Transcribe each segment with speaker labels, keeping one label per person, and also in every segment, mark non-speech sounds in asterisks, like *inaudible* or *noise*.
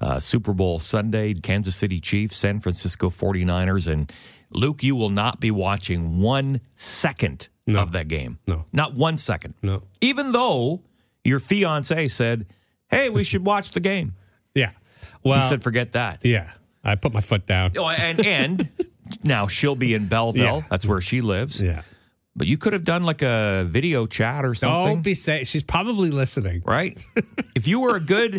Speaker 1: Uh, Super Bowl Sunday, Kansas City Chiefs, San Francisco 49ers. And Luke, you will not be watching one second
Speaker 2: No.
Speaker 1: of that game.
Speaker 2: No.
Speaker 1: Not one second.
Speaker 2: No.
Speaker 1: Even though your fiance said, hey, we should watch the game.
Speaker 2: Yeah.
Speaker 1: You
Speaker 2: Well,
Speaker 1: said, forget that.
Speaker 2: yeah. I put my foot down.
Speaker 1: Oh, and
Speaker 2: *laughs*
Speaker 1: and now she'll be in Belleville.
Speaker 2: Yeah.
Speaker 1: That's where she lives.
Speaker 2: Yeah.
Speaker 1: But you could have done like a video chat or something,
Speaker 2: Don't be saying she's probably listening.
Speaker 1: right? if you were a good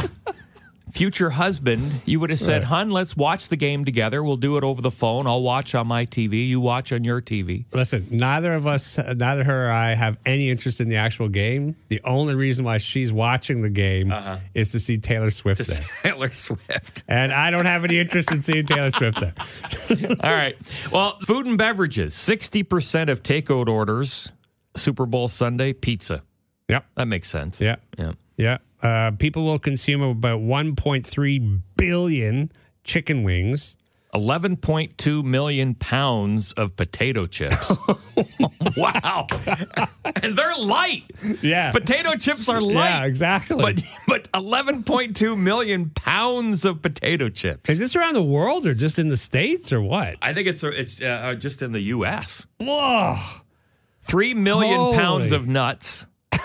Speaker 1: future husband, you would have said, "Hun, let's watch the game together. We'll do it over the phone. I'll watch on my TV. You watch on your TV."
Speaker 2: Listen, neither of us, neither her or I, have any interest in the actual game. The only reason why she's watching the game is Uh-huh. to see Taylor Swift there.
Speaker 1: *laughs* Taylor Swift.
Speaker 2: And I don't have any interest in seeing Taylor Swift *laughs* there.
Speaker 1: *laughs* All right. Well, food and beverages. Sixty percent of takeout orders. Super Bowl Sunday pizza.
Speaker 2: Yep.
Speaker 1: That makes sense.
Speaker 2: Yeah.
Speaker 1: Yeah.
Speaker 2: Yeah. Uh, people will consume about 1.3 billion chicken wings.
Speaker 1: 11.2 million pounds of potato chips. *laughs* wow. *laughs* and they're light.
Speaker 2: Yeah.
Speaker 1: Potato chips are light.
Speaker 2: yeah, exactly.
Speaker 1: But but 11.2 million pounds of potato chips.
Speaker 2: is this around the world or just in the States or what?
Speaker 1: I think it's it's uh, just in the US.
Speaker 2: Whoa.
Speaker 1: 3 million
Speaker 2: Holy.
Speaker 1: pounds of nuts. *laughs*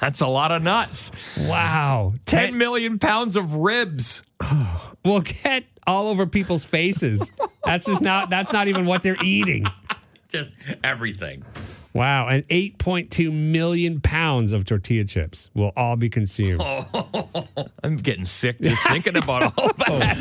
Speaker 1: That's a lot of nuts.
Speaker 2: Wow.
Speaker 1: 10 million pounds of ribs.
Speaker 2: will get all over people's faces. That's just not that's not even what they're eating.
Speaker 1: Just everything.
Speaker 2: Wow, and 8.2 million pounds of tortilla chips will all be consumed.
Speaker 1: I'm getting sick just thinking about all that.